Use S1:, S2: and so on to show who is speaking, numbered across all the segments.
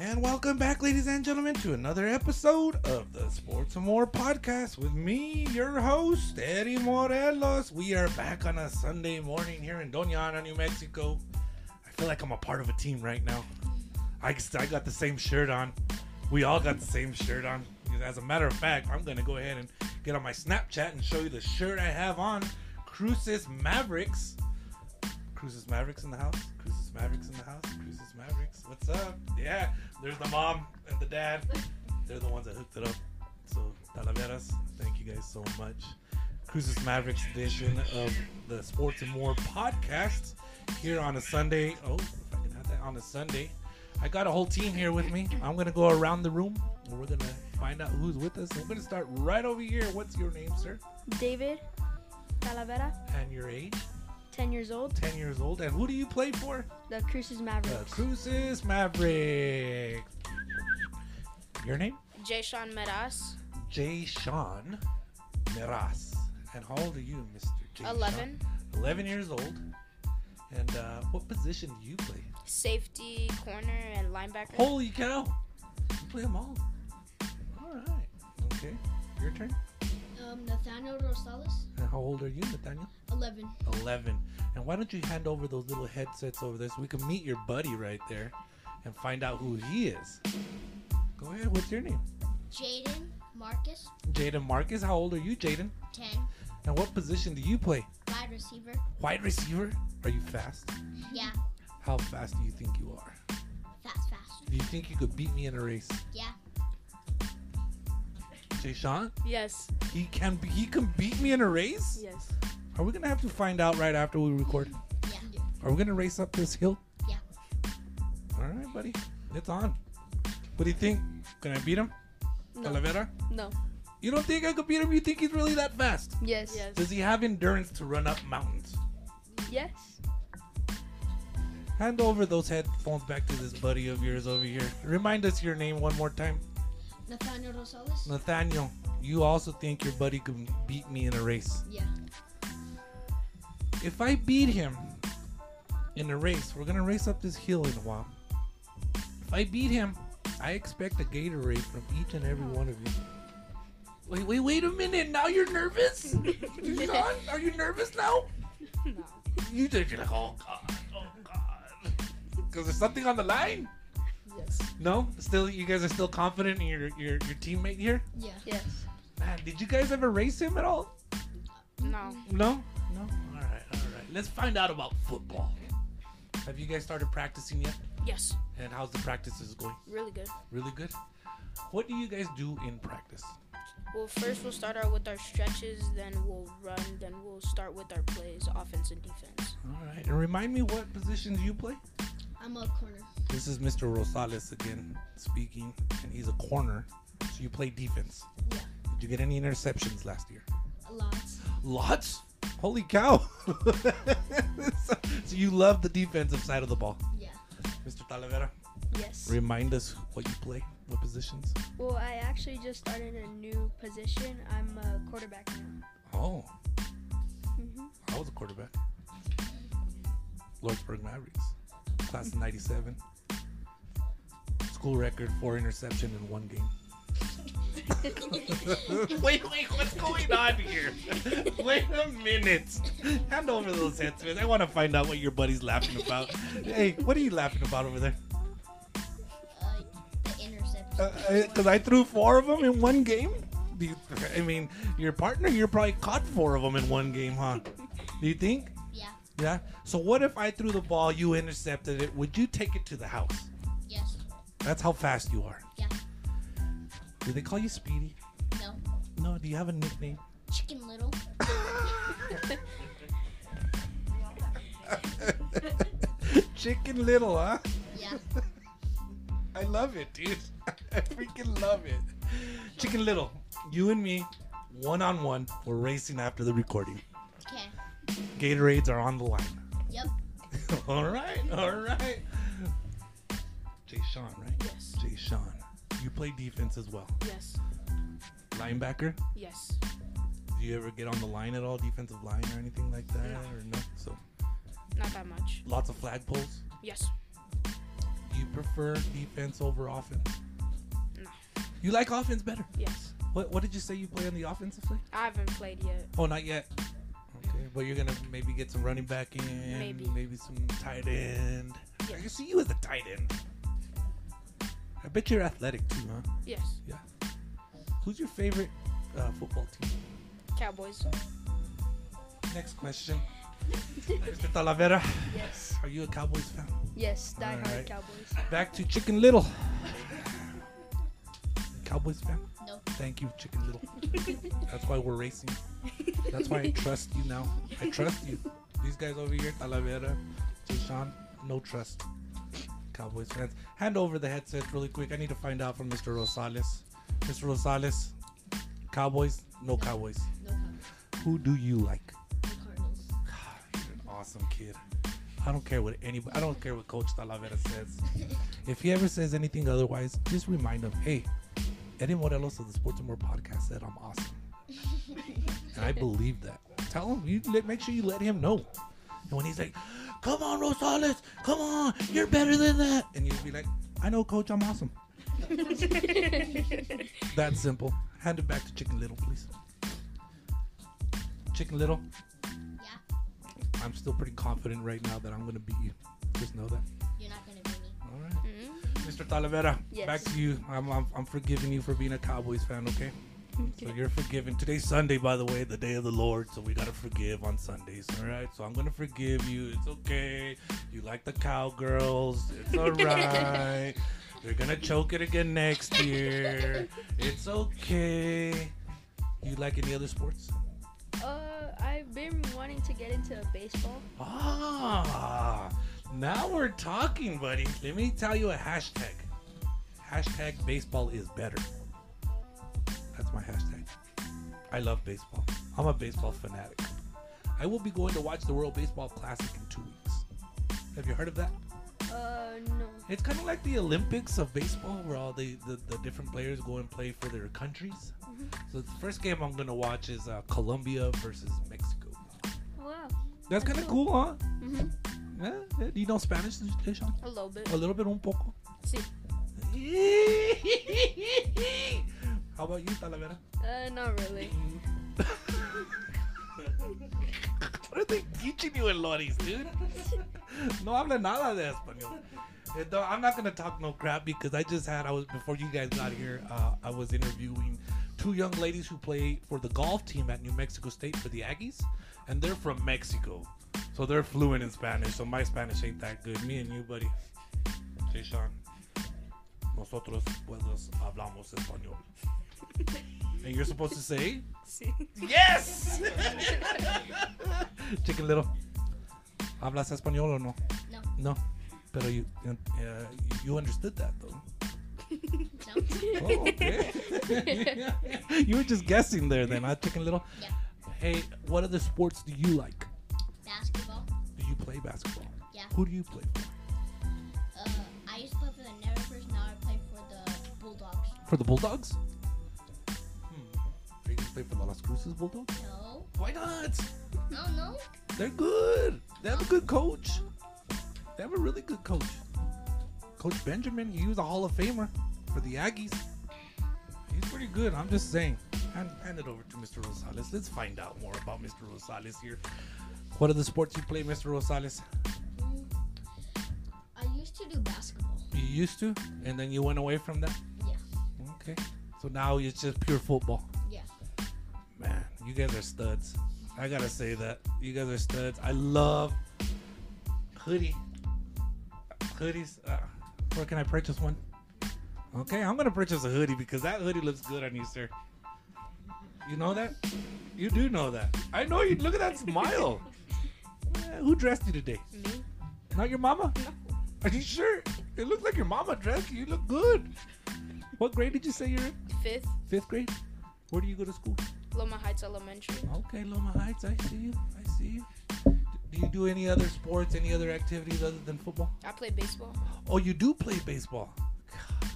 S1: And welcome back, ladies and gentlemen, to another episode of the Sports and More podcast with me, your host, Eddie Morelos. We are back on a Sunday morning here in Doña Ana, New Mexico. I feel like I'm a part of a team right now. I, I got the same shirt on. We all got the same shirt on. As a matter of fact, I'm going to go ahead and get on my Snapchat and show you the shirt I have on. Crucis Mavericks. Cruises Mavericks in the house. Cruises Mavericks in the house. Cruises Mavericks. What's up? Yeah, there's the mom and the dad. They're the ones that hooked it up. So, Talaveras, thank you guys so much. Cruises Mavericks edition of the Sports and More podcast here on a Sunday. Oh, if I can have that on a Sunday. I got a whole team here with me. I'm going to go around the room and we're going to find out who's with us. I'm going to start right over here. What's your name, sir?
S2: David Talavera,
S1: And your age?
S2: 10 years old,
S1: 10 years old. And who do you play for?
S2: the Cruces
S1: The
S2: Mavericks.
S1: Cruises Maverick. Your name?
S3: Jay Sean Meras,
S1: Jay Sean Meras. And how old are you, Mr. Jay
S3: 11,
S1: Sean? 11 years old. And uh, what position do you play?
S3: safety, corner, and linebacker.
S1: Holy cow! You play them all. All right. Okay. Your turn.
S4: Um, Nathaniel Rosales,
S1: And how old are you, Nathaniel?
S4: 11.
S1: 11. And why don't you hand over those little headsets over there so we can meet your buddy right there and find out who he is? Go ahead. What's your name?
S4: Jaden Marcus,
S1: Jaden Marcus. How old are you, Jaden?
S4: 10.
S1: And what position do you play?
S4: Wide receiver,
S1: Wide receiver? Are you fast?
S4: yeah.
S1: How fast do you think you are?
S4: Fast, fast,
S1: Do you think you could beat me in a race?
S4: yeah.
S1: Jay Sean?
S3: Yes,
S1: He can be, he can beat me in a race?
S3: yes.
S1: Are we gonna have to find out right after we record?
S4: Yeah.
S1: Are we gonna race up this hill?
S4: Yeah.
S1: Alright, buddy. It's on. What do you think? Can I beat him? Talavera?
S2: No.
S1: You don't think I could beat him? You think he's really that fast?
S2: Yes.
S3: Yes.
S1: Does he have endurance to run up mountains?
S2: Yes.
S1: Hand over those headphones back to this buddy of yours over here. Remind us your name one more time.
S4: Nathaniel Rosales,
S1: Nathaniel, you also think your buddy can beat me in a race.
S4: yeah.
S1: If I beat him in a race, we're gonna race up this hill in a while. If I beat him, I expect a Gatorade from each and every one of you. Wait, wait, wait a minute! Now you're nervous, Sean. Are you nervous now?
S3: No.
S1: You just you're like, oh god, oh god, because there's something on the line.
S2: Yes.
S1: No, still, you guys are still confident in your your, your teammate here.
S4: Yeah.
S2: Yes.
S1: Man, did you guys ever race him at all?
S3: No.
S1: No? No. All right, all right. Let's find out about football. Have you guys started practicing yet?
S3: Yes.
S1: And how's the practices going?
S3: Really good.
S1: Really good? What do you guys do in practice?
S3: Well, first we'll start out with our stretches, then we'll run, then we'll start with our plays, offense and defense.
S1: All right. And remind me what position do you play?
S4: I'm a corner,
S1: This is Mr. Rosales again speaking, and he's a corner. So you play defense.
S4: yeah.
S1: Did you get any interceptions last year?
S4: A lot,
S1: Lots? Holy cow. so you love the defensive side of the ball.
S4: yeah.
S1: Mr. Talavera,
S2: Yes.
S1: remind us what you play, what positions?
S2: Well, I actually just started a new position. I'm a quarterback now.
S1: Oh,
S2: Mm-hmm.
S1: I was a quarterback. Lordsburg Mavericks, class of '97. School record: four interception in one game. wait, wait, what's going on here? Wait a minute. Hand over those headsets. I want to find out what your buddy's laughing about. hey, what are you laughing about over there?
S4: Uh, the interception.
S1: Because Uh, I threw four of them in one game. Do you, I mean, your partner, you're probably caught four of them in one game, huh? Do you think?
S4: yeah.
S1: Yeah. So what if I threw the ball, you intercepted it? Would you take it to the house?
S4: Yes.
S1: That's how fast you are.
S4: Yeah.
S1: Do they call you Speedy?
S4: No.
S1: No. Do you have a nickname?
S4: Chicken Little.
S1: Chicken Little, huh?
S4: Yeah.
S1: I love it, dude. I freaking love it. Chicken Little, you and me, one on one, we're racing after the recording.
S4: Okay.
S1: Gatorades are on the line.
S4: Yep.
S1: all right, all right. Jay Sean, right?
S3: Yes.
S1: Jay Sean, you play defense as well.
S3: Yes.
S1: Linebacker.
S3: Yes.
S1: Do you ever get on the line at all, defensive line or anything like that,
S3: No.
S1: or no? So
S3: Not that much.
S1: lots of flagpoles.
S3: Yes.
S1: You you prefer defense over offense?
S3: No.
S1: You like offense better.
S3: Yes.
S1: What What did you say you play on the offensive play?
S3: I haven't played yet.
S1: Oh, not yet. Okay, but you're gonna maybe get some running back in,
S3: Maybe.
S1: some tight end. I
S3: Yeah.
S1: can see you as a tight end. I bet you're athletic too, huh?
S3: Yes.
S1: Who's your favorite uh, football team?
S3: Cowboys.
S2: Uh,
S1: Next question. Mr. Talavera,
S2: Yes.
S1: are you a Cowboys fan?
S2: Yes. Die hard
S1: Alright.
S2: Cowboys.
S1: Back to Chicken Little. Cowboys fan?
S4: No.
S1: Thank you, Chicken Little. That's why we're racing. That's why I trust you now. I trust you. These guys over here, Talavera, Deshaun, no trust. Cowboys fans. Hand over the headsets really quick. I need to find out from Mr. Rosales. Mr. Rosales, Cowboys, no Cowboys.
S4: No Cowboys.
S1: Who do you like?
S4: No Cardinals.
S1: God, you're an awesome kid. I don't care what anybody. I don't care what Coach Talavera says. if he ever says anything otherwise, just remind him, hey, Eddie Morelos of the Sports and More podcast said I'm awesome, and I believe that. Tell him. You let, make sure you let him know. And when he's like, "Come on, Rosales, come on, you're better than that," and you'll be like, "I know, Coach, I'm awesome." That simple. Hand it back to Chicken Little, please. Chicken Little.
S4: Yeah.
S1: I'm still pretty confident right now that I'm gonna beat you. Just know that.
S4: You're not gonna beat me.
S1: All right. Mr. Mm-hmm. Talavera,
S2: Yes.
S1: back to you. I'm, I'm, I'm forgiving you for being a Cowboys fan, okay? So you're forgiven. Today's Sunday, by the way, the day of the Lord, so we gotta forgive on Sundays, all right? So I'm gonna forgive you. It's okay. You like the cowgirls. It's all right. You're gonna choke it again next year. It's okay. You like any other sports?
S2: Uh, I've been wanting to get into baseball.
S1: Ah, now we're talking, buddy. Let me tell you a hashtag. Hashtag baseball is better. That's my hashtag. I love baseball. I'm a baseball fanatic. I will be going to watch the World Baseball Classic in two weeks. Have you heard of that?
S2: Uh, no.
S1: It's kind of like the Olympics of baseball, where all the, the, the different players go and play for their countries. So the first game I'm gonna watch is uh, Colombia versus Mexico.
S2: Wow.
S1: That's kind of cool, huh?
S2: Mhm.
S1: Yeah, yeah. Do you know Spanish, Deshaun?
S3: A little bit.
S1: A little bit, un poco.
S3: See.
S1: How about you, Talavera?
S2: Uh, not really.
S1: what are they teaching you in Loris, dude? no habla nada de español. Eh, No, I'm not gonna talk no crap because I just had I was before you guys got here. Uh, I was interviewing two young ladies who play for the golf team at New Mexico State for the Aggies, and they're from Mexico, so they're fluent in Spanish. So my Spanish ain't that good. Me and you, buddy, Jay Sean, nosotros puedos hablamos español. And you're supposed to say
S3: See.
S1: Yes! Chicken Little. ¿Hablas español o no?
S4: No.
S1: No. Pero you, you, uh, you understood that though.
S4: No.
S1: Oh, okay. you were just guessing there then, huh, Chicken Little?
S4: Yeah.
S1: Hey, what other sports do you like?
S4: Basketball.
S1: Do you play basketball?
S4: Yeah.
S1: Who do you play for?
S4: Uh, I used to play for the Neverfirst. Now I play for the Bulldogs.
S1: For the Bulldogs? Hmm. Are you going to play for the Las Cruces Bulldogs?
S4: No.
S1: Why not?
S4: I don't know.
S1: They're good. They have a good coach. They have a really good coach. Coach Benjamin, he was a Hall of Famer for the Aggies. He's pretty good. I'm just saying. Hand, hand it over to Mr. Rosales. Let's find out more about Mr. Rosales here. What are the sports you play, Mr. Rosales?
S4: Mm, I used to do basketball.
S1: You used to, and then you went away from that?
S4: Yeah.
S1: Okay. So now it's just pure football.
S4: Yeah.
S1: Man, you guys are studs. I gotta say that. You guys are studs. I love hoodie. Hoodies. Uh, where can I purchase one? Okay, I'm gonna purchase a hoodie because that hoodie looks good on you, sir. You know that? You do know that. I know you. Look at that smile. Eh, who dressed you today?
S3: Me?
S1: Not your mama?
S3: No.
S1: Are you sure? It looks like your mama dressed you. You look good. What grade did you say you're in?
S3: Fifth.
S1: Fifth grade? Where do you go to school?
S3: Loma Heights Elementary.
S1: Okay, Loma Heights, I see you. I see you. Do you do any other sports, any other activities other than football?
S3: I play baseball.
S1: Oh, you do play baseball. God.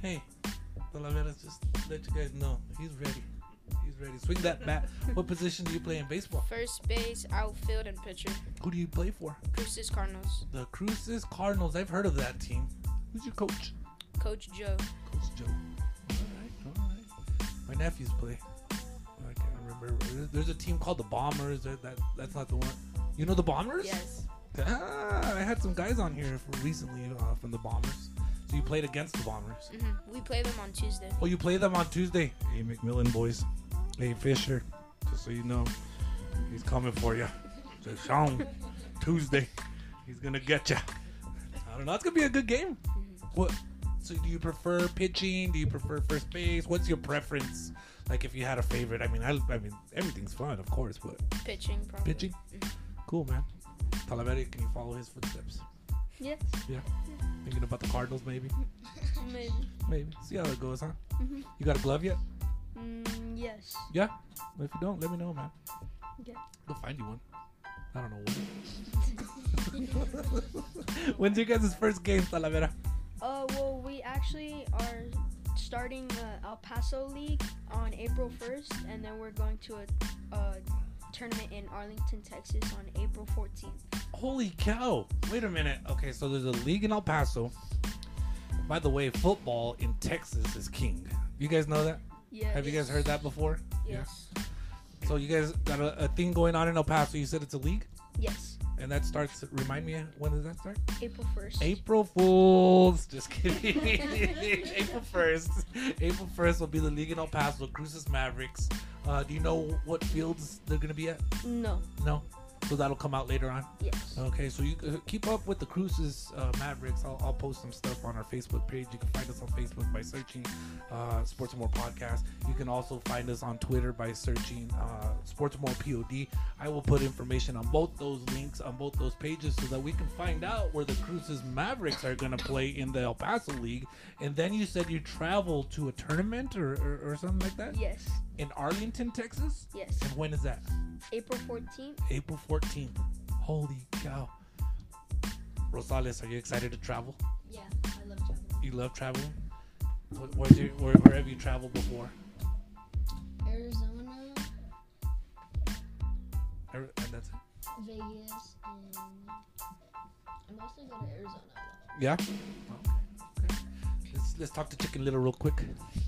S1: Hey, Talavera's just let you guys know he's ready. He's ready. Swing that bat. what position do you play in baseball?
S3: First base, outfield, and pitcher.
S1: Who do you play for?
S3: Cruces Cardinals.
S1: The Cruces Cardinals. I've heard of that team. Who's your coach?
S3: Coach Joe.
S1: Coach Joe. All right, all right. My nephews play. Oh, I can't remember. There's- There's a team called the Bombers. That, that that's not the one. You know the Bombers?
S3: Yes.
S1: Ah, I had some guys on here for recently uh, from the Bombers. So you played against the Bombers.
S3: hmm We play them on Tuesday.
S1: Oh, you play them on Tuesday. Hey, McMillan boys. Hey, Fisher. Just so you know, he's coming for you. Just show him. Tuesday. He's gonna get you. I don't know. It's gonna be a good game. What? So, do you prefer pitching? Do you prefer first base? What's your preference? Like, if you had a favorite, I mean, I, I mean, everything's fun, of course, but
S3: Pitching, probably.
S1: pitching, cool, man. Talavera, can you follow his footsteps?
S2: Yes.
S1: Yeah. Thinking about the Cardinals, maybe.
S2: Maybe.
S1: Maybe. See how it goes, huh?
S2: Mhm.
S1: You got a glove yet?
S2: Mm, yes.
S1: Yeah. If you don't, let me know, man.
S2: Okay.
S1: Go find you one. I don't know when. When's your guys' first game, Talavera?
S2: Uh, well, we actually are starting uh, El Paso League on April 1st, and then we're going to a, a tournament in Arlington, Texas on April 14th.
S1: Holy cow. Wait a minute. Okay, so there's a league in El Paso. By the way, football in Texas is king. You guys know that?
S2: Yeah.
S1: Have you guys heard that before?
S3: Yes.
S1: Yeah. So you guys got a, a thing going on in El Paso. You said it's a league?
S2: Yes.
S1: And that starts, remind me, when does that start?
S2: April 1st.
S1: April Fools. Just kidding. April 1st. April 1st will be the League in El Paso, Cruces Mavericks. Uh, do you know what fields they're going to be at?
S2: No.
S1: No? So that'll come out later on.
S2: Yes.
S1: Okay, so you uh, keep up with the Cruces uh, Mavericks. I'll, I'll post some stuff on our Facebook page. You can find us on Facebook by searching uh, Sports and More Podcast. You can also find us on Twitter by searching uh, Sports and More POD. I will put information on both those links on both those pages so that we can find out where the Cruces Mavericks are going to play in the El Paso League. And then you said you travel to a tournament or, or, or something like that
S2: Yes.
S1: in Arlington, Texas.
S2: Yes.
S1: And when is that?
S2: April 14th.
S1: April 14th. Holy cow. Rosales, are you excited to travel?
S4: Yeah, I love traveling.
S1: You love traveling? Wh- Where's your, where, where have you traveled before?
S4: Arizona,
S1: Ar- And that's it?
S4: Vegas, and I mostly go to Arizona. a lot.
S1: Yeah. Okay. Let's, let's talk to Chicken Little real quick.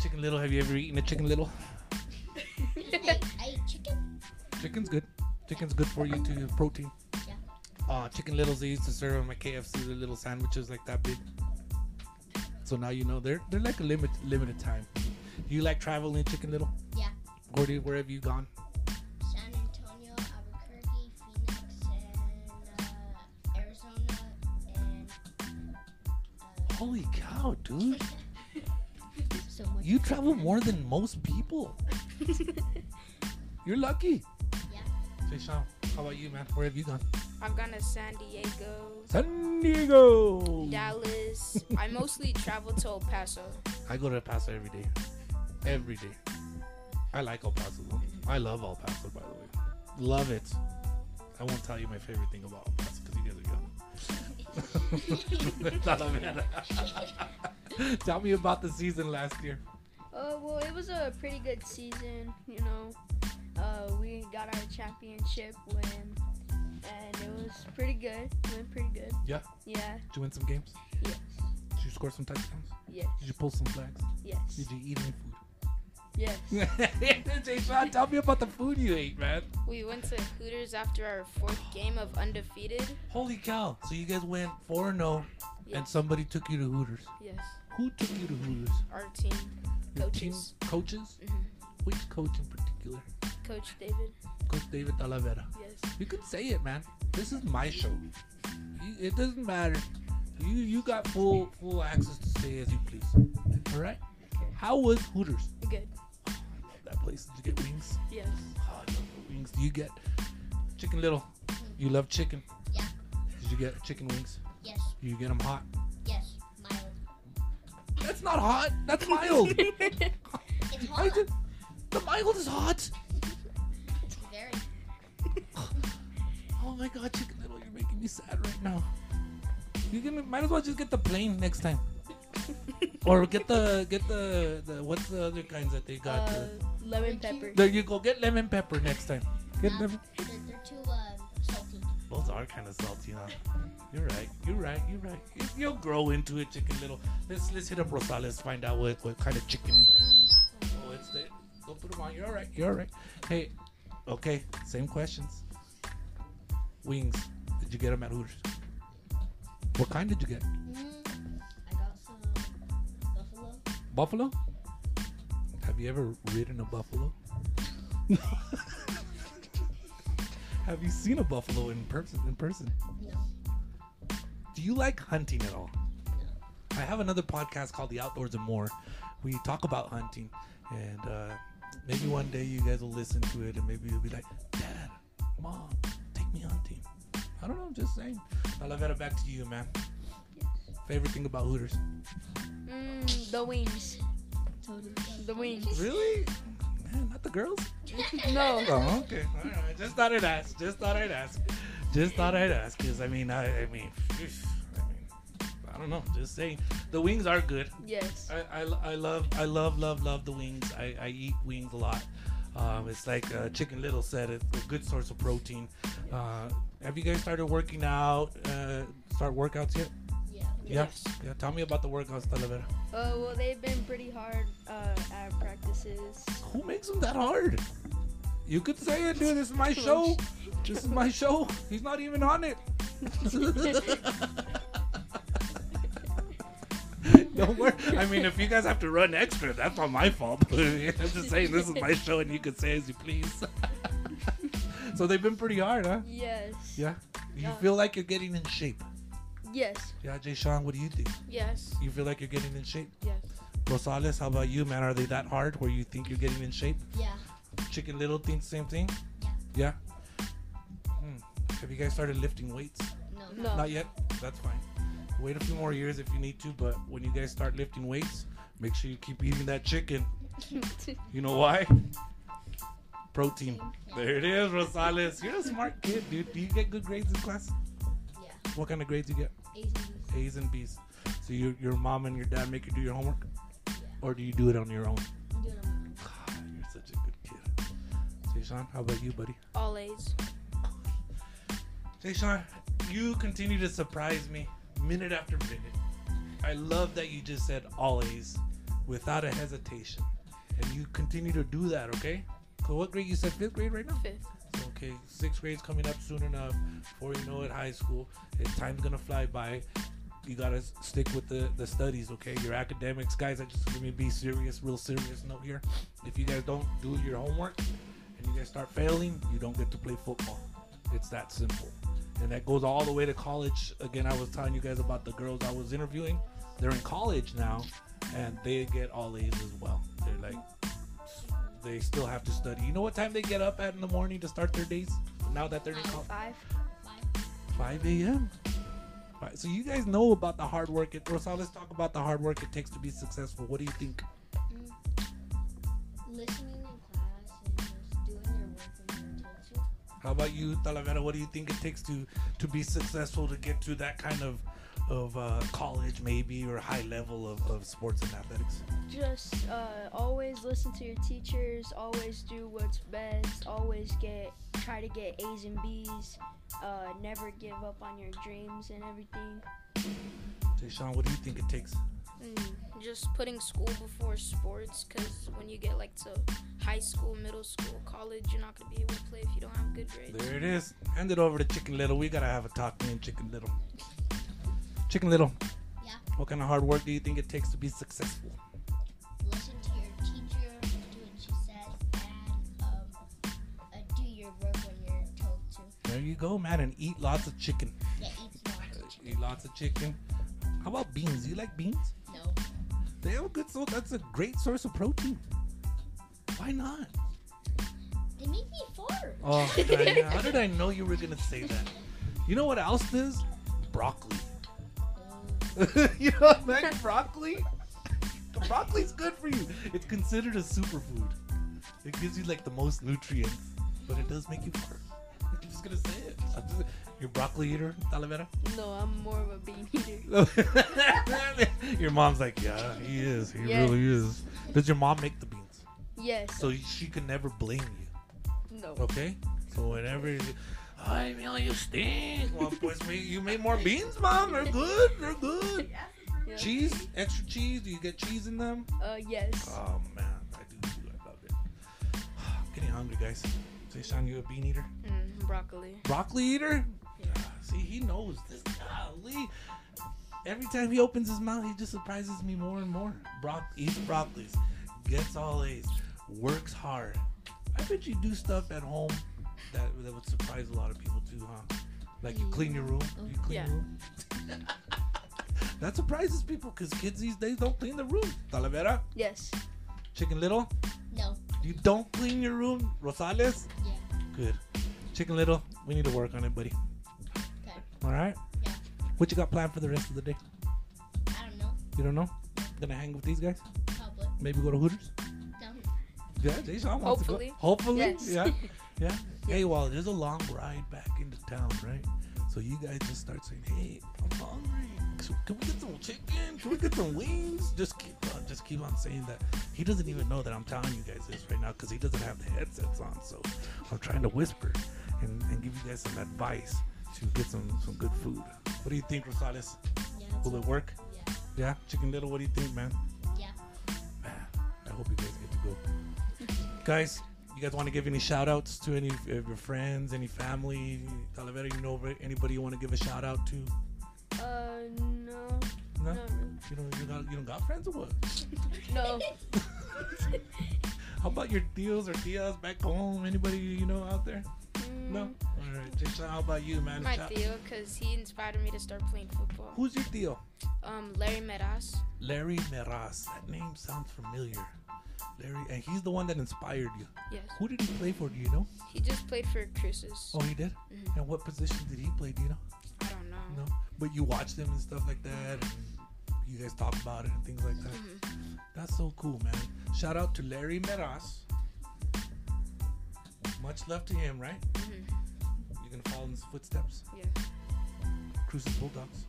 S1: Chicken Little, have you ever eaten a Chicken Little?
S4: I, I eat chicken.
S1: Chicken's good. Chicken's good for you too, protein.
S4: Yeah.
S1: Uh, chicken Littles they used to serve them at KFC, the little sandwiches like that big. So now you know they're they're like a limit limited time. Do you like traveling, Chicken Little?
S4: Yeah.
S1: Gordy, where have you gone?
S4: San Antonio, Albuquerque, Phoenix, and uh, Arizona, and uh,
S1: Holy cow, dude!
S4: so much.
S1: You travel more than most people. You're lucky.
S4: Yeah.
S1: Say, Sean, how about you, man? Where have you gone?
S3: I've gone to San Diego,
S1: San Diego.
S3: Dallas. I mostly travel to El Paso.
S1: I go to El Paso every day. Every day. I like El Paso. Though. I love El Paso, by the way. Love it. I won't tell you my favorite thing about El Paso because you guys are young. Tell me about the season last year.
S2: Uh, well, it was a pretty good season, you know. Uh, we got our championship win, and it was pretty good. Went pretty good.
S1: Yeah.
S2: Yeah.
S1: Did you win some games?
S2: Yes.
S1: Did you score some touchdowns?
S2: Yes.
S1: Did you pull some flags?
S2: Yes.
S1: Did you eat any food?
S2: Yes.
S1: Jay Sean, tell me about the food you ate, man.
S3: We went to Hooters after our fourth game of undefeated.
S1: Holy cow. So you guys went 4 0, and
S3: Yes.
S1: somebody took you to Hooters.
S3: Yes.
S1: Who took you to Hooters?
S3: Our team,
S1: Your team
S3: Coaches.
S1: Coaches?
S3: Mhm.
S1: Which coach in particular?
S3: Coach David.
S1: Coach David Talavera.
S3: Yes.
S1: You can say it, man. This is my show. You- It doesn't matter. You you got full full access to say as you please. All right. How was Hooters?
S3: Good.
S1: I love that place. Did you get wings?
S3: Yes.
S1: Oh, I love the wings. Do you get chicken little? You love chicken.
S4: Yeah.
S1: Did you get chicken wings?
S4: Yes.
S1: Do you get them hot?
S4: Yes. Mild.
S1: That's not hot. That's mild.
S4: It's
S1: I
S4: hot.
S1: did, the mild is hot.
S4: It's very.
S1: Oh my god, Chicken Little, you're making me sad right now. You can might as well just get the plane next time, or get the get the, the what's the other kinds that they got?
S2: Uh,
S1: The-
S2: lemon pepper.
S1: there you go. Get lemon pepper next time. Get
S4: Um,
S1: lemon.
S4: they're, they're too um, salty.
S1: Those are kind of salty, huh? You're right. You're right. You're right. You- You'll grow into it, chicken little. Let's let's hit up Rosales. Find out what, what kind of chicken. Oh, it's the. Don't put them on. You're all right. You're all right. Hey, okay. Same questions. Wings. Did you get them at Hooters? What kind did you get?
S4: Mm, I got some buffalo.
S1: Buffalo? Have you ever ridden a buffalo? Have you seen a buffalo in person? In person?
S4: No,
S1: Do you like hunting at all?
S4: no.
S1: I have another podcast called The Outdoors and More. We talk about hunting, and uh, maybe one day you guys will listen to it, and maybe you'll be like, Dad, Mom, take me hunting. I don't know, I'm just saying. I love it. Back to you, man. Favorite thing about Hooters?
S2: Mm, the wings.
S4: Totally.
S2: The wings.
S1: Really? Man, not the girls.
S2: No.
S1: Oh, okay. All right. Just thought I'd ask. Just thought I'd ask. Just thought I'd ask. Because, I mean, I, I mean, I mean, I don't know. Just saying. The wings are good.
S2: Yes.
S3: Uh,
S1: I, I, I love, I love, love, love the wings. I, I eat wings a lot. Um, it's like uh, Chicken Little said, it's a good source of protein. Uh, have you guys started working out, uh, start workouts yet?
S4: Yeah.
S1: Yes. Yeah, tell me about the workouts, Talavera.
S2: Uh, well, they've been pretty hard uh, at practices.
S1: Who makes them that hard? You could say it, dude. This is my show. This is my show. He's not even on it. Don't worry. I mean, if you guys have to run extra, that's not my fault. I'm just saying, this is my show, and you can say as you please. so they've been pretty hard, huh?
S2: Yes.
S1: Yeah. You
S2: Yeah.
S1: feel like you're getting in shape.
S2: Yes.
S1: Yeah, Jay Sean, what do you think?
S3: Yes.
S1: You feel like you're getting in shape?
S3: Yes.
S1: Rosales, how about you, man? Are they that hard where you think you're getting in shape?
S4: Yeah.
S1: Chicken Little thinks same thing?
S4: Yeah.
S1: Yeah. Hmm. Have you guys started lifting weights?
S4: No.
S2: No.
S1: Not yet. That's fine. Wait a few more years if you need to, but when you guys start lifting weights, make sure you keep eating that chicken. You know why? Protein. There it is, Rosales. You're a smart kid, dude. Do you get good grades in class?
S4: Yeah.
S1: What kind of grades you get?
S4: A's and B's.
S1: A's and B's. So your your mom and your dad make you do your homework,
S4: Yeah.
S1: or do you do it on your own?
S4: I'm doing them wrong.
S1: God, you're such a good kid. Jay Sean, how about you, buddy?
S3: All A's.
S1: Jay Sean, you continue to surprise me minute after minute. I love that you just said always without a hesitation. And you continue to do that, okay? 'Cause what grade you said fifth grade right now?
S3: Fifth.
S1: Okay, sixth grade's coming up soon enough. Before you know it, high school. And time's gonna fly by. You gotta s- stick with the, the studies, okay? Your academics, guys. I just let me be serious, real serious note here. If you guys don't do your homework and you guys start failing, you don't get to play football. It's that simple, and that goes all the way to college. Again, I was telling you guys about the girls I was interviewing. They're in college now, and they get all A's as well. They're like they still have to study. You know what time they get up at in the morning to start their days? Now that they're in college,
S2: Five.
S4: Five.
S1: 5 a.m. Right, So you guys know about the hard work. It, Rosal, let's talk about the hard work it takes to be successful. What do you think?
S4: Mm-hmm. Listening in class and just doing your work when you're told to.
S1: How about you, Talavera? What do you think it takes to to be successful to get to that kind of of uh, college maybe or high level of, of sports and athletics?
S2: Just uh, always listen to your teachers. Always do what's best. Always get try to get A's and B's. Uh, never give up on your dreams and everything.
S1: Deshaun, what do you think it takes?
S3: Mm, just putting school before sports because when you get like to high school, middle school, college, you're not going to be able to play if you don't have good grades.
S1: There it is. Hand it over to Chicken Little. We gotta have a talk, me and Chicken Little. Chicken Little.
S4: Yeah.
S1: What kind of hard work do you think it takes to be successful?
S4: listen to your teacher, do what she says, and um, uh, do your work when you're told to.
S1: There you go, man, and eat lots of chicken.
S4: Yeah, eat more.
S1: Eat lots of chicken. How about beans? You like beans?
S4: No.
S1: They have a good source. That's a great source of protein. Why not?
S4: They make me fart.
S1: Oh, I- how did I know you were gonna say that? You know what else is? Broccoli. you know, like broccoli. Broccoli's good for you. It's considered a superfood. It gives you like the most nutrients, but it does make you fart. I'm just gonna say it. I'm just- You're a broccoli eater, Talavera.
S2: No, I'm more of a bean eater.
S1: your mom's like, yeah, he is. He
S2: Yeah.
S1: really is. Does your mom make the beans?
S2: Yes.
S1: So she can never blame you.
S2: no.
S1: Okay. So whenever, you- Ay, mira, you stink. Well, pues, we, you made more beans, mom. They're good. They're good.
S2: Yeah.
S1: Cheese? Extra cheese? Do you get cheese in them?
S2: Uh, yes.
S1: Oh, man. I do, too. I love it. I'm getting hungry, guys. Say, Sean, you a bean eater?
S3: Mm, broccoli.
S1: broccoli eater. Ah, See, he knows this. Golly. Every time he opens his mouth, he just surprises me more and more. Brock eats broccolis, gets all A's, works hard. I bet you do stuff at home that that would surprise a lot of people too, huh? Like you clean your room. You clean
S3: Yeah.
S1: your room. that surprises people because kids these days don't clean the room. Talavera,
S2: Yes.
S1: Chicken Little,
S4: No.
S1: you don't clean your room. Rosales,
S4: Yeah.
S1: good. Chicken Little, we need to work on it, buddy.
S4: Okay.
S1: All right.
S4: Yeah.
S1: What you got planned for the rest of the day?
S4: I don't know.
S1: You don't know? Gonna hang with these guys?
S4: Public.
S1: Maybe go to Hooters?
S4: Don't.
S1: Yeah, Jason wants to
S3: Hopefully.
S1: go. Hopefully.
S2: Yes.
S1: Yeah. Yeah. Hey, well, there's a long ride back into town, right? So you guys just start saying, "Hey, I'm hungry. Can we get some chicken? Can we get some wings?" Just keep on, just keep on saying that. He doesn't even know that I'm telling you guys this right now because he doesn't have the headsets on. So I'm trying to whisper and, and give you guys some advice to get some some good food. What do you think, Rosales?
S4: Yeah.
S1: Will it work?
S4: Yeah.
S1: Yeah, Chicken Little, what do you think, man?
S4: Yeah.
S1: Man, I hope you guys get to go. guys, you guys want to give any shout outs to any of your friends, any family? Talavera, you know anybody you want to give a shout out to?
S2: Uh, no.
S1: No?
S2: Not really.
S1: You don't, you, got, you don't got friends or what?
S2: No.
S1: How about your deals or tias back home? Anybody you know out there?
S2: Mm,
S1: No? All right, Jason, how about you, man?
S3: My
S1: Shout-
S3: Theo, because uh, he inspired me to start playing football.
S1: Who's your deal?
S3: Um, Larry Meras.
S1: Larry Meraz. That name sounds familiar. Larry, and he's the one that inspired you.
S3: Yes.
S1: Who did he play for? Do you know?
S3: He just played for Cruces.
S1: Oh, he did?
S3: Mhm.
S1: And what position did he play? Do you know?
S3: I don't
S1: No,
S3: know.
S1: but you watch them and stuff like that. And you guys talk about it and things like that. That's so cool, man. Shout out to Larry Meras. Much love to him, right?
S3: Mhm.
S1: You're gonna follow in his footsteps.
S3: Yeah.
S1: Cruises Bulldogs.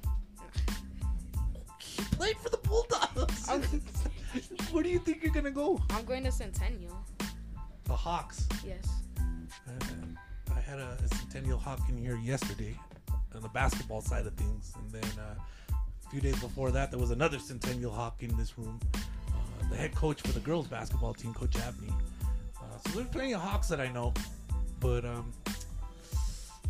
S1: He played for the Bulldogs. Where do you think you're gonna go?
S3: I'm going to Centennial.
S1: The Hawks.
S3: Yes.
S1: Uh, I had a, a Centennial Hawk in here yesterday on the basketball side of things, and then uh, a few days before that, there was another Centennial Hawk in this room. Uh, the head coach for the girls' basketball team, Coach Abney. Uh, so there's plenty of Hawks that I know, but um, I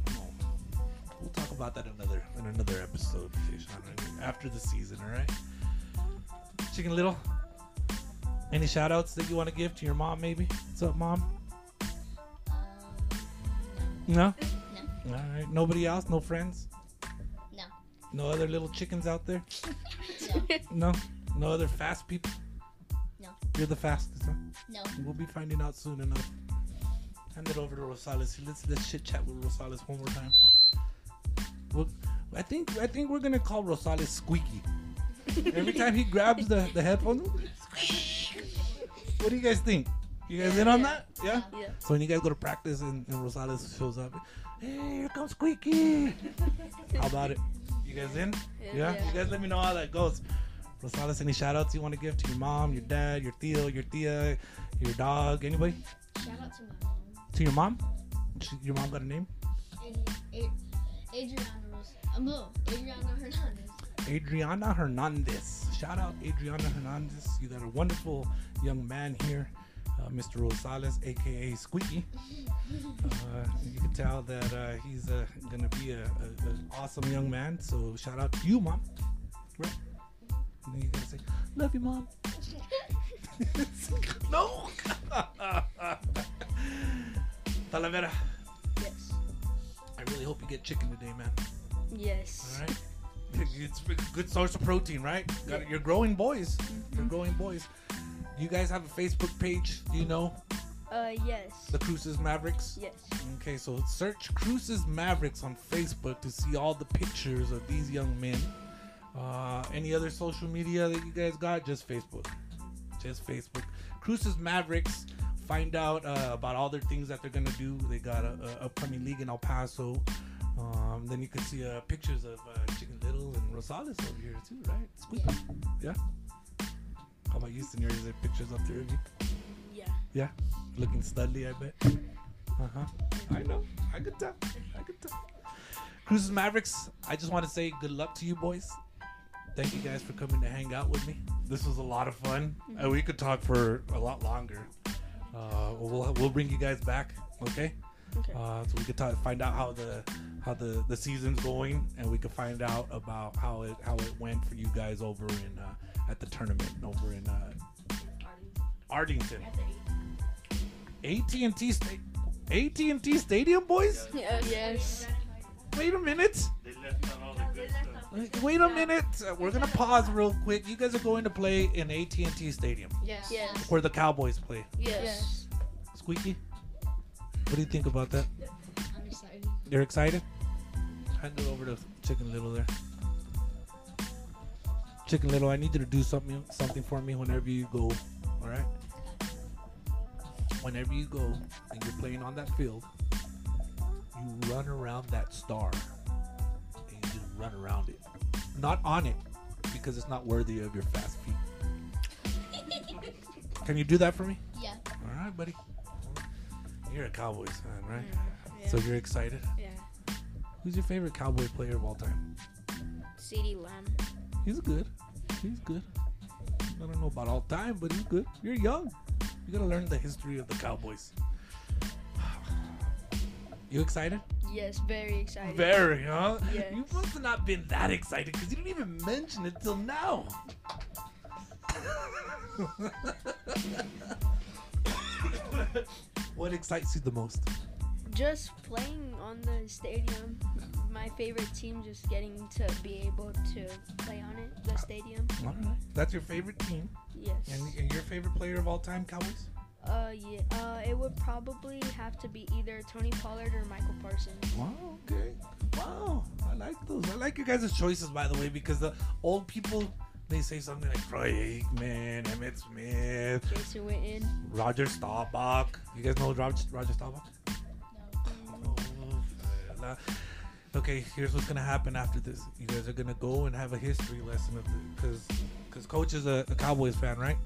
S1: don't know. we'll talk about that another in another episode Sean, after the season. All right, Chicken Little. Any shout outs that you want to give to your mom, maybe? What's up, mom?
S4: Um.
S1: No?
S4: No.
S1: All right. Nobody else? No friends?
S4: No.
S1: No other little chickens out there?
S4: No.
S1: No? No other fast people?
S4: No.
S1: You're the fastest, huh?
S4: No.
S1: We'll be finding out soon enough. Hand it over to Rosales. Let's let's chit chat with Rosales one more time. We'll, I think I think we're gonna call Rosales Squeaky. Every time he grabs the, the headphones. what do you guys think? You guys in on that? Yeah?
S2: Yeah.
S1: So when you guys go to practice and, and Rosales shows up, hey, here comes Squeaky. how about it? You guys in?
S2: Yeah.
S1: You guys let me know how that goes. Rosales, any shout outs you want to give to your mom, your dad, your tío, your tía, your dog, anybody?
S4: Shout out to my mom.
S1: To your mom? She- Your mom got a name?
S4: And A- Adriana Rose. Um, no, Adriana Hernandez.
S1: Adriana Hernandez. Shout out Adriana Hernandez. You got a wonderful young man here, uh, Mr. Rosales, aka Squeaky. Uh, you can tell that uh, he's uh, gonna be a, a, an awesome young man. So shout out to you, mom. Right? And then you gotta say, "Love you, mom." no. Talavera,
S2: Yes.
S1: I really hope you get chicken today, man.
S2: Yes.
S1: All right. It's a good source of protein, right? Got- You're growing boys. You're growing boys. You guys have a Facebook page, do you know?
S2: Uh, yes.
S1: The Cruces Mavericks?
S2: Yes.
S1: Okay, so search Cruces Mavericks on Facebook to see all the pictures of these young men. Uh, any other social media that you guys got? Just Facebook. Just Facebook. Cruces Mavericks. Find out uh, about all their things that they're gonna do. They got a, a upcoming league in El Paso. Um, then you can see uh, pictures of uh, Chicken Little and Rosales over here too, right? Squeaky. Yeah. How about you, Senor? Is there pictures up there of you?
S3: Yeah.
S1: Yeah. Looking studly, I bet. Uh-huh. I know. I could tell. I could tell. Cruises Mavericks, I just want to say good luck to you boys. Thank you guys for coming to hang out with me. This was a lot of fun. And we could talk for a lot longer. Uh, we'll, we'll bring you guys back, okay?
S2: Okay.
S1: Uh, so we could talk, find out how the how the, the season's going, and we could find out about how it how it went for you guys over in uh, at the tournament over in uh, Ardington. AT and T State, AT and T Stadium, boys.
S2: Yes. yes.
S1: Wait a minute.
S5: They left out all the good stuff.
S1: Wait a minute. Uh, We're gonna pause real quick. You guys are going to play in AT and T Stadium,
S3: Yes.
S2: Yes.
S1: where the Cowboys play.
S3: Yes.
S1: Squeaky, what do you think about that?
S4: I'm excited.
S1: You're excited? Hand it over to Chicken Little there. Chicken Little, I need you to do something something for me whenever you go. All right. Whenever you go and you're playing on that field, you run around that star and you just run around it, not on it, because it's not worthy of your fast feet. Can you do that for me?
S4: Yeah.
S1: All right, buddy. You're a Cowboys fan, right? So you're excited.
S3: Yeah.
S1: Who's your favorite cowboy player of all time?
S3: CD Lamb.
S1: He's good. He's good. I don't know about all time, but he's good. You're young. You gotta learn the history of the Cowboys. You excited?
S2: Yes. Very excited.
S1: Very, huh?
S2: Yes.
S1: You must have not been that excited because you didn't even mention it till now. what excites you the most?
S2: Just playing on the stadium. My favorite team just getting to be able to play on it. The stadium.
S1: All right. That's your favorite team
S2: Yes.
S1: and, and your favorite player of all time, Cowboys?
S2: Uh yeah. Uh, it would probably have to be either Tony Pollard or Michael Parsons.
S1: Wow, okay. Wow, I like those. I like your guys' choices, by the way, because the old people, they say something like Troy Aikman, Emmett Smith,
S2: Jason Witten.
S1: Roger Staubach. You guys know Roger, Roger Staubach?
S4: No.
S1: Oh, Okay, here's what's gonna happen after this. You guys are gonna go and have a history lesson of the because because coach is a, a Cowboys fan, right?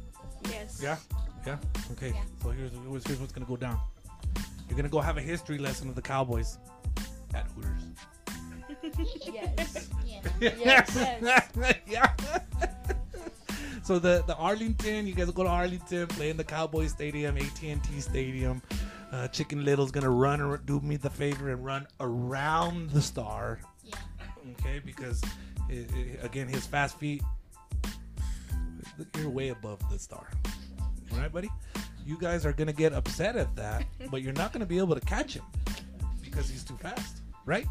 S3: Yes.
S1: Yeah, yeah. Okay,
S4: Yeah.
S1: so here's here's here's what's gonna go down. You're gonna go have a history lesson of the Cowboys at Hooters.
S2: Yes.
S4: Yeah.
S2: Yes,
S1: yeah. So the the Arlington, you guys go to Arlington, play in the Cowboys Stadium, AT&T Stadium. Uh, Chicken Little's gonna run or do me the favor and run around the star,
S4: Yeah.
S1: okay? Because i i again, his fast feet, you're way above the star, All right, buddy? You guys are gonna get upset at that, but you're not gonna be able to catch him because he's too fast, right?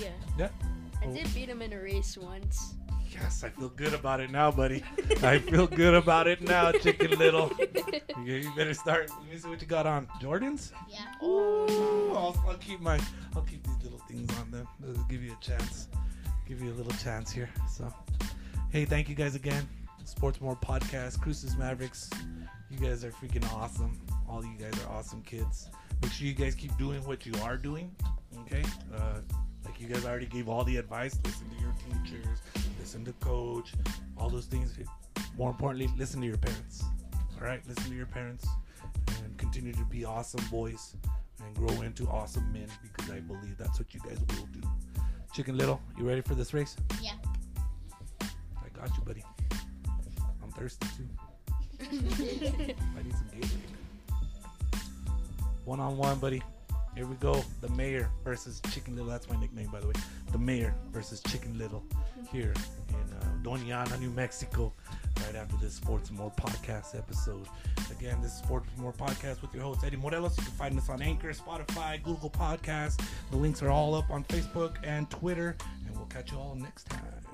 S2: Yeah.
S1: Yeah.
S2: I
S1: Oh.
S2: did beat him in a race once.
S1: Yes, I feel good about it now, buddy. I feel good about it now, Chicken Little. You, you better start. Let me see what you got on. Jordans?
S4: Yeah.
S1: Ooh, I'll, I'll keep my. I'll keep these little things on them. This will give you a chance. Give you a little chance here. So, hey, thank you guys again. Sportsmore Podcast, Cruises Mavericks. You guys are freaking awesome. All you guys are awesome kids. Make sure you guys keep doing what you are doing. Okay. Uh, like you guys already gave all the advice. Listen to your teachers. Listen to coach. All those things. More importantly, listen to your parents. All right. Listen to your parents and continue to be awesome boys and grow into awesome men because I believe that's what you guys will do. Chicken Little, you ready for this race?
S4: Yeah.
S1: I got you, buddy. I'm thirsty too. I need some Gatorade. One on one, buddy. Here we go. The mayor versus Chicken Little. That's my nickname, by the way. The mayor versus Chicken Little here in uh, Doniana, New Mexico. Right after this Sports More podcast episode. Again, this is Sports More podcast with your host Eddie Morelos. You can find us on Anchor, Spotify, Google Podcasts. The links are all up on Facebook and Twitter. And we'll catch you all next time.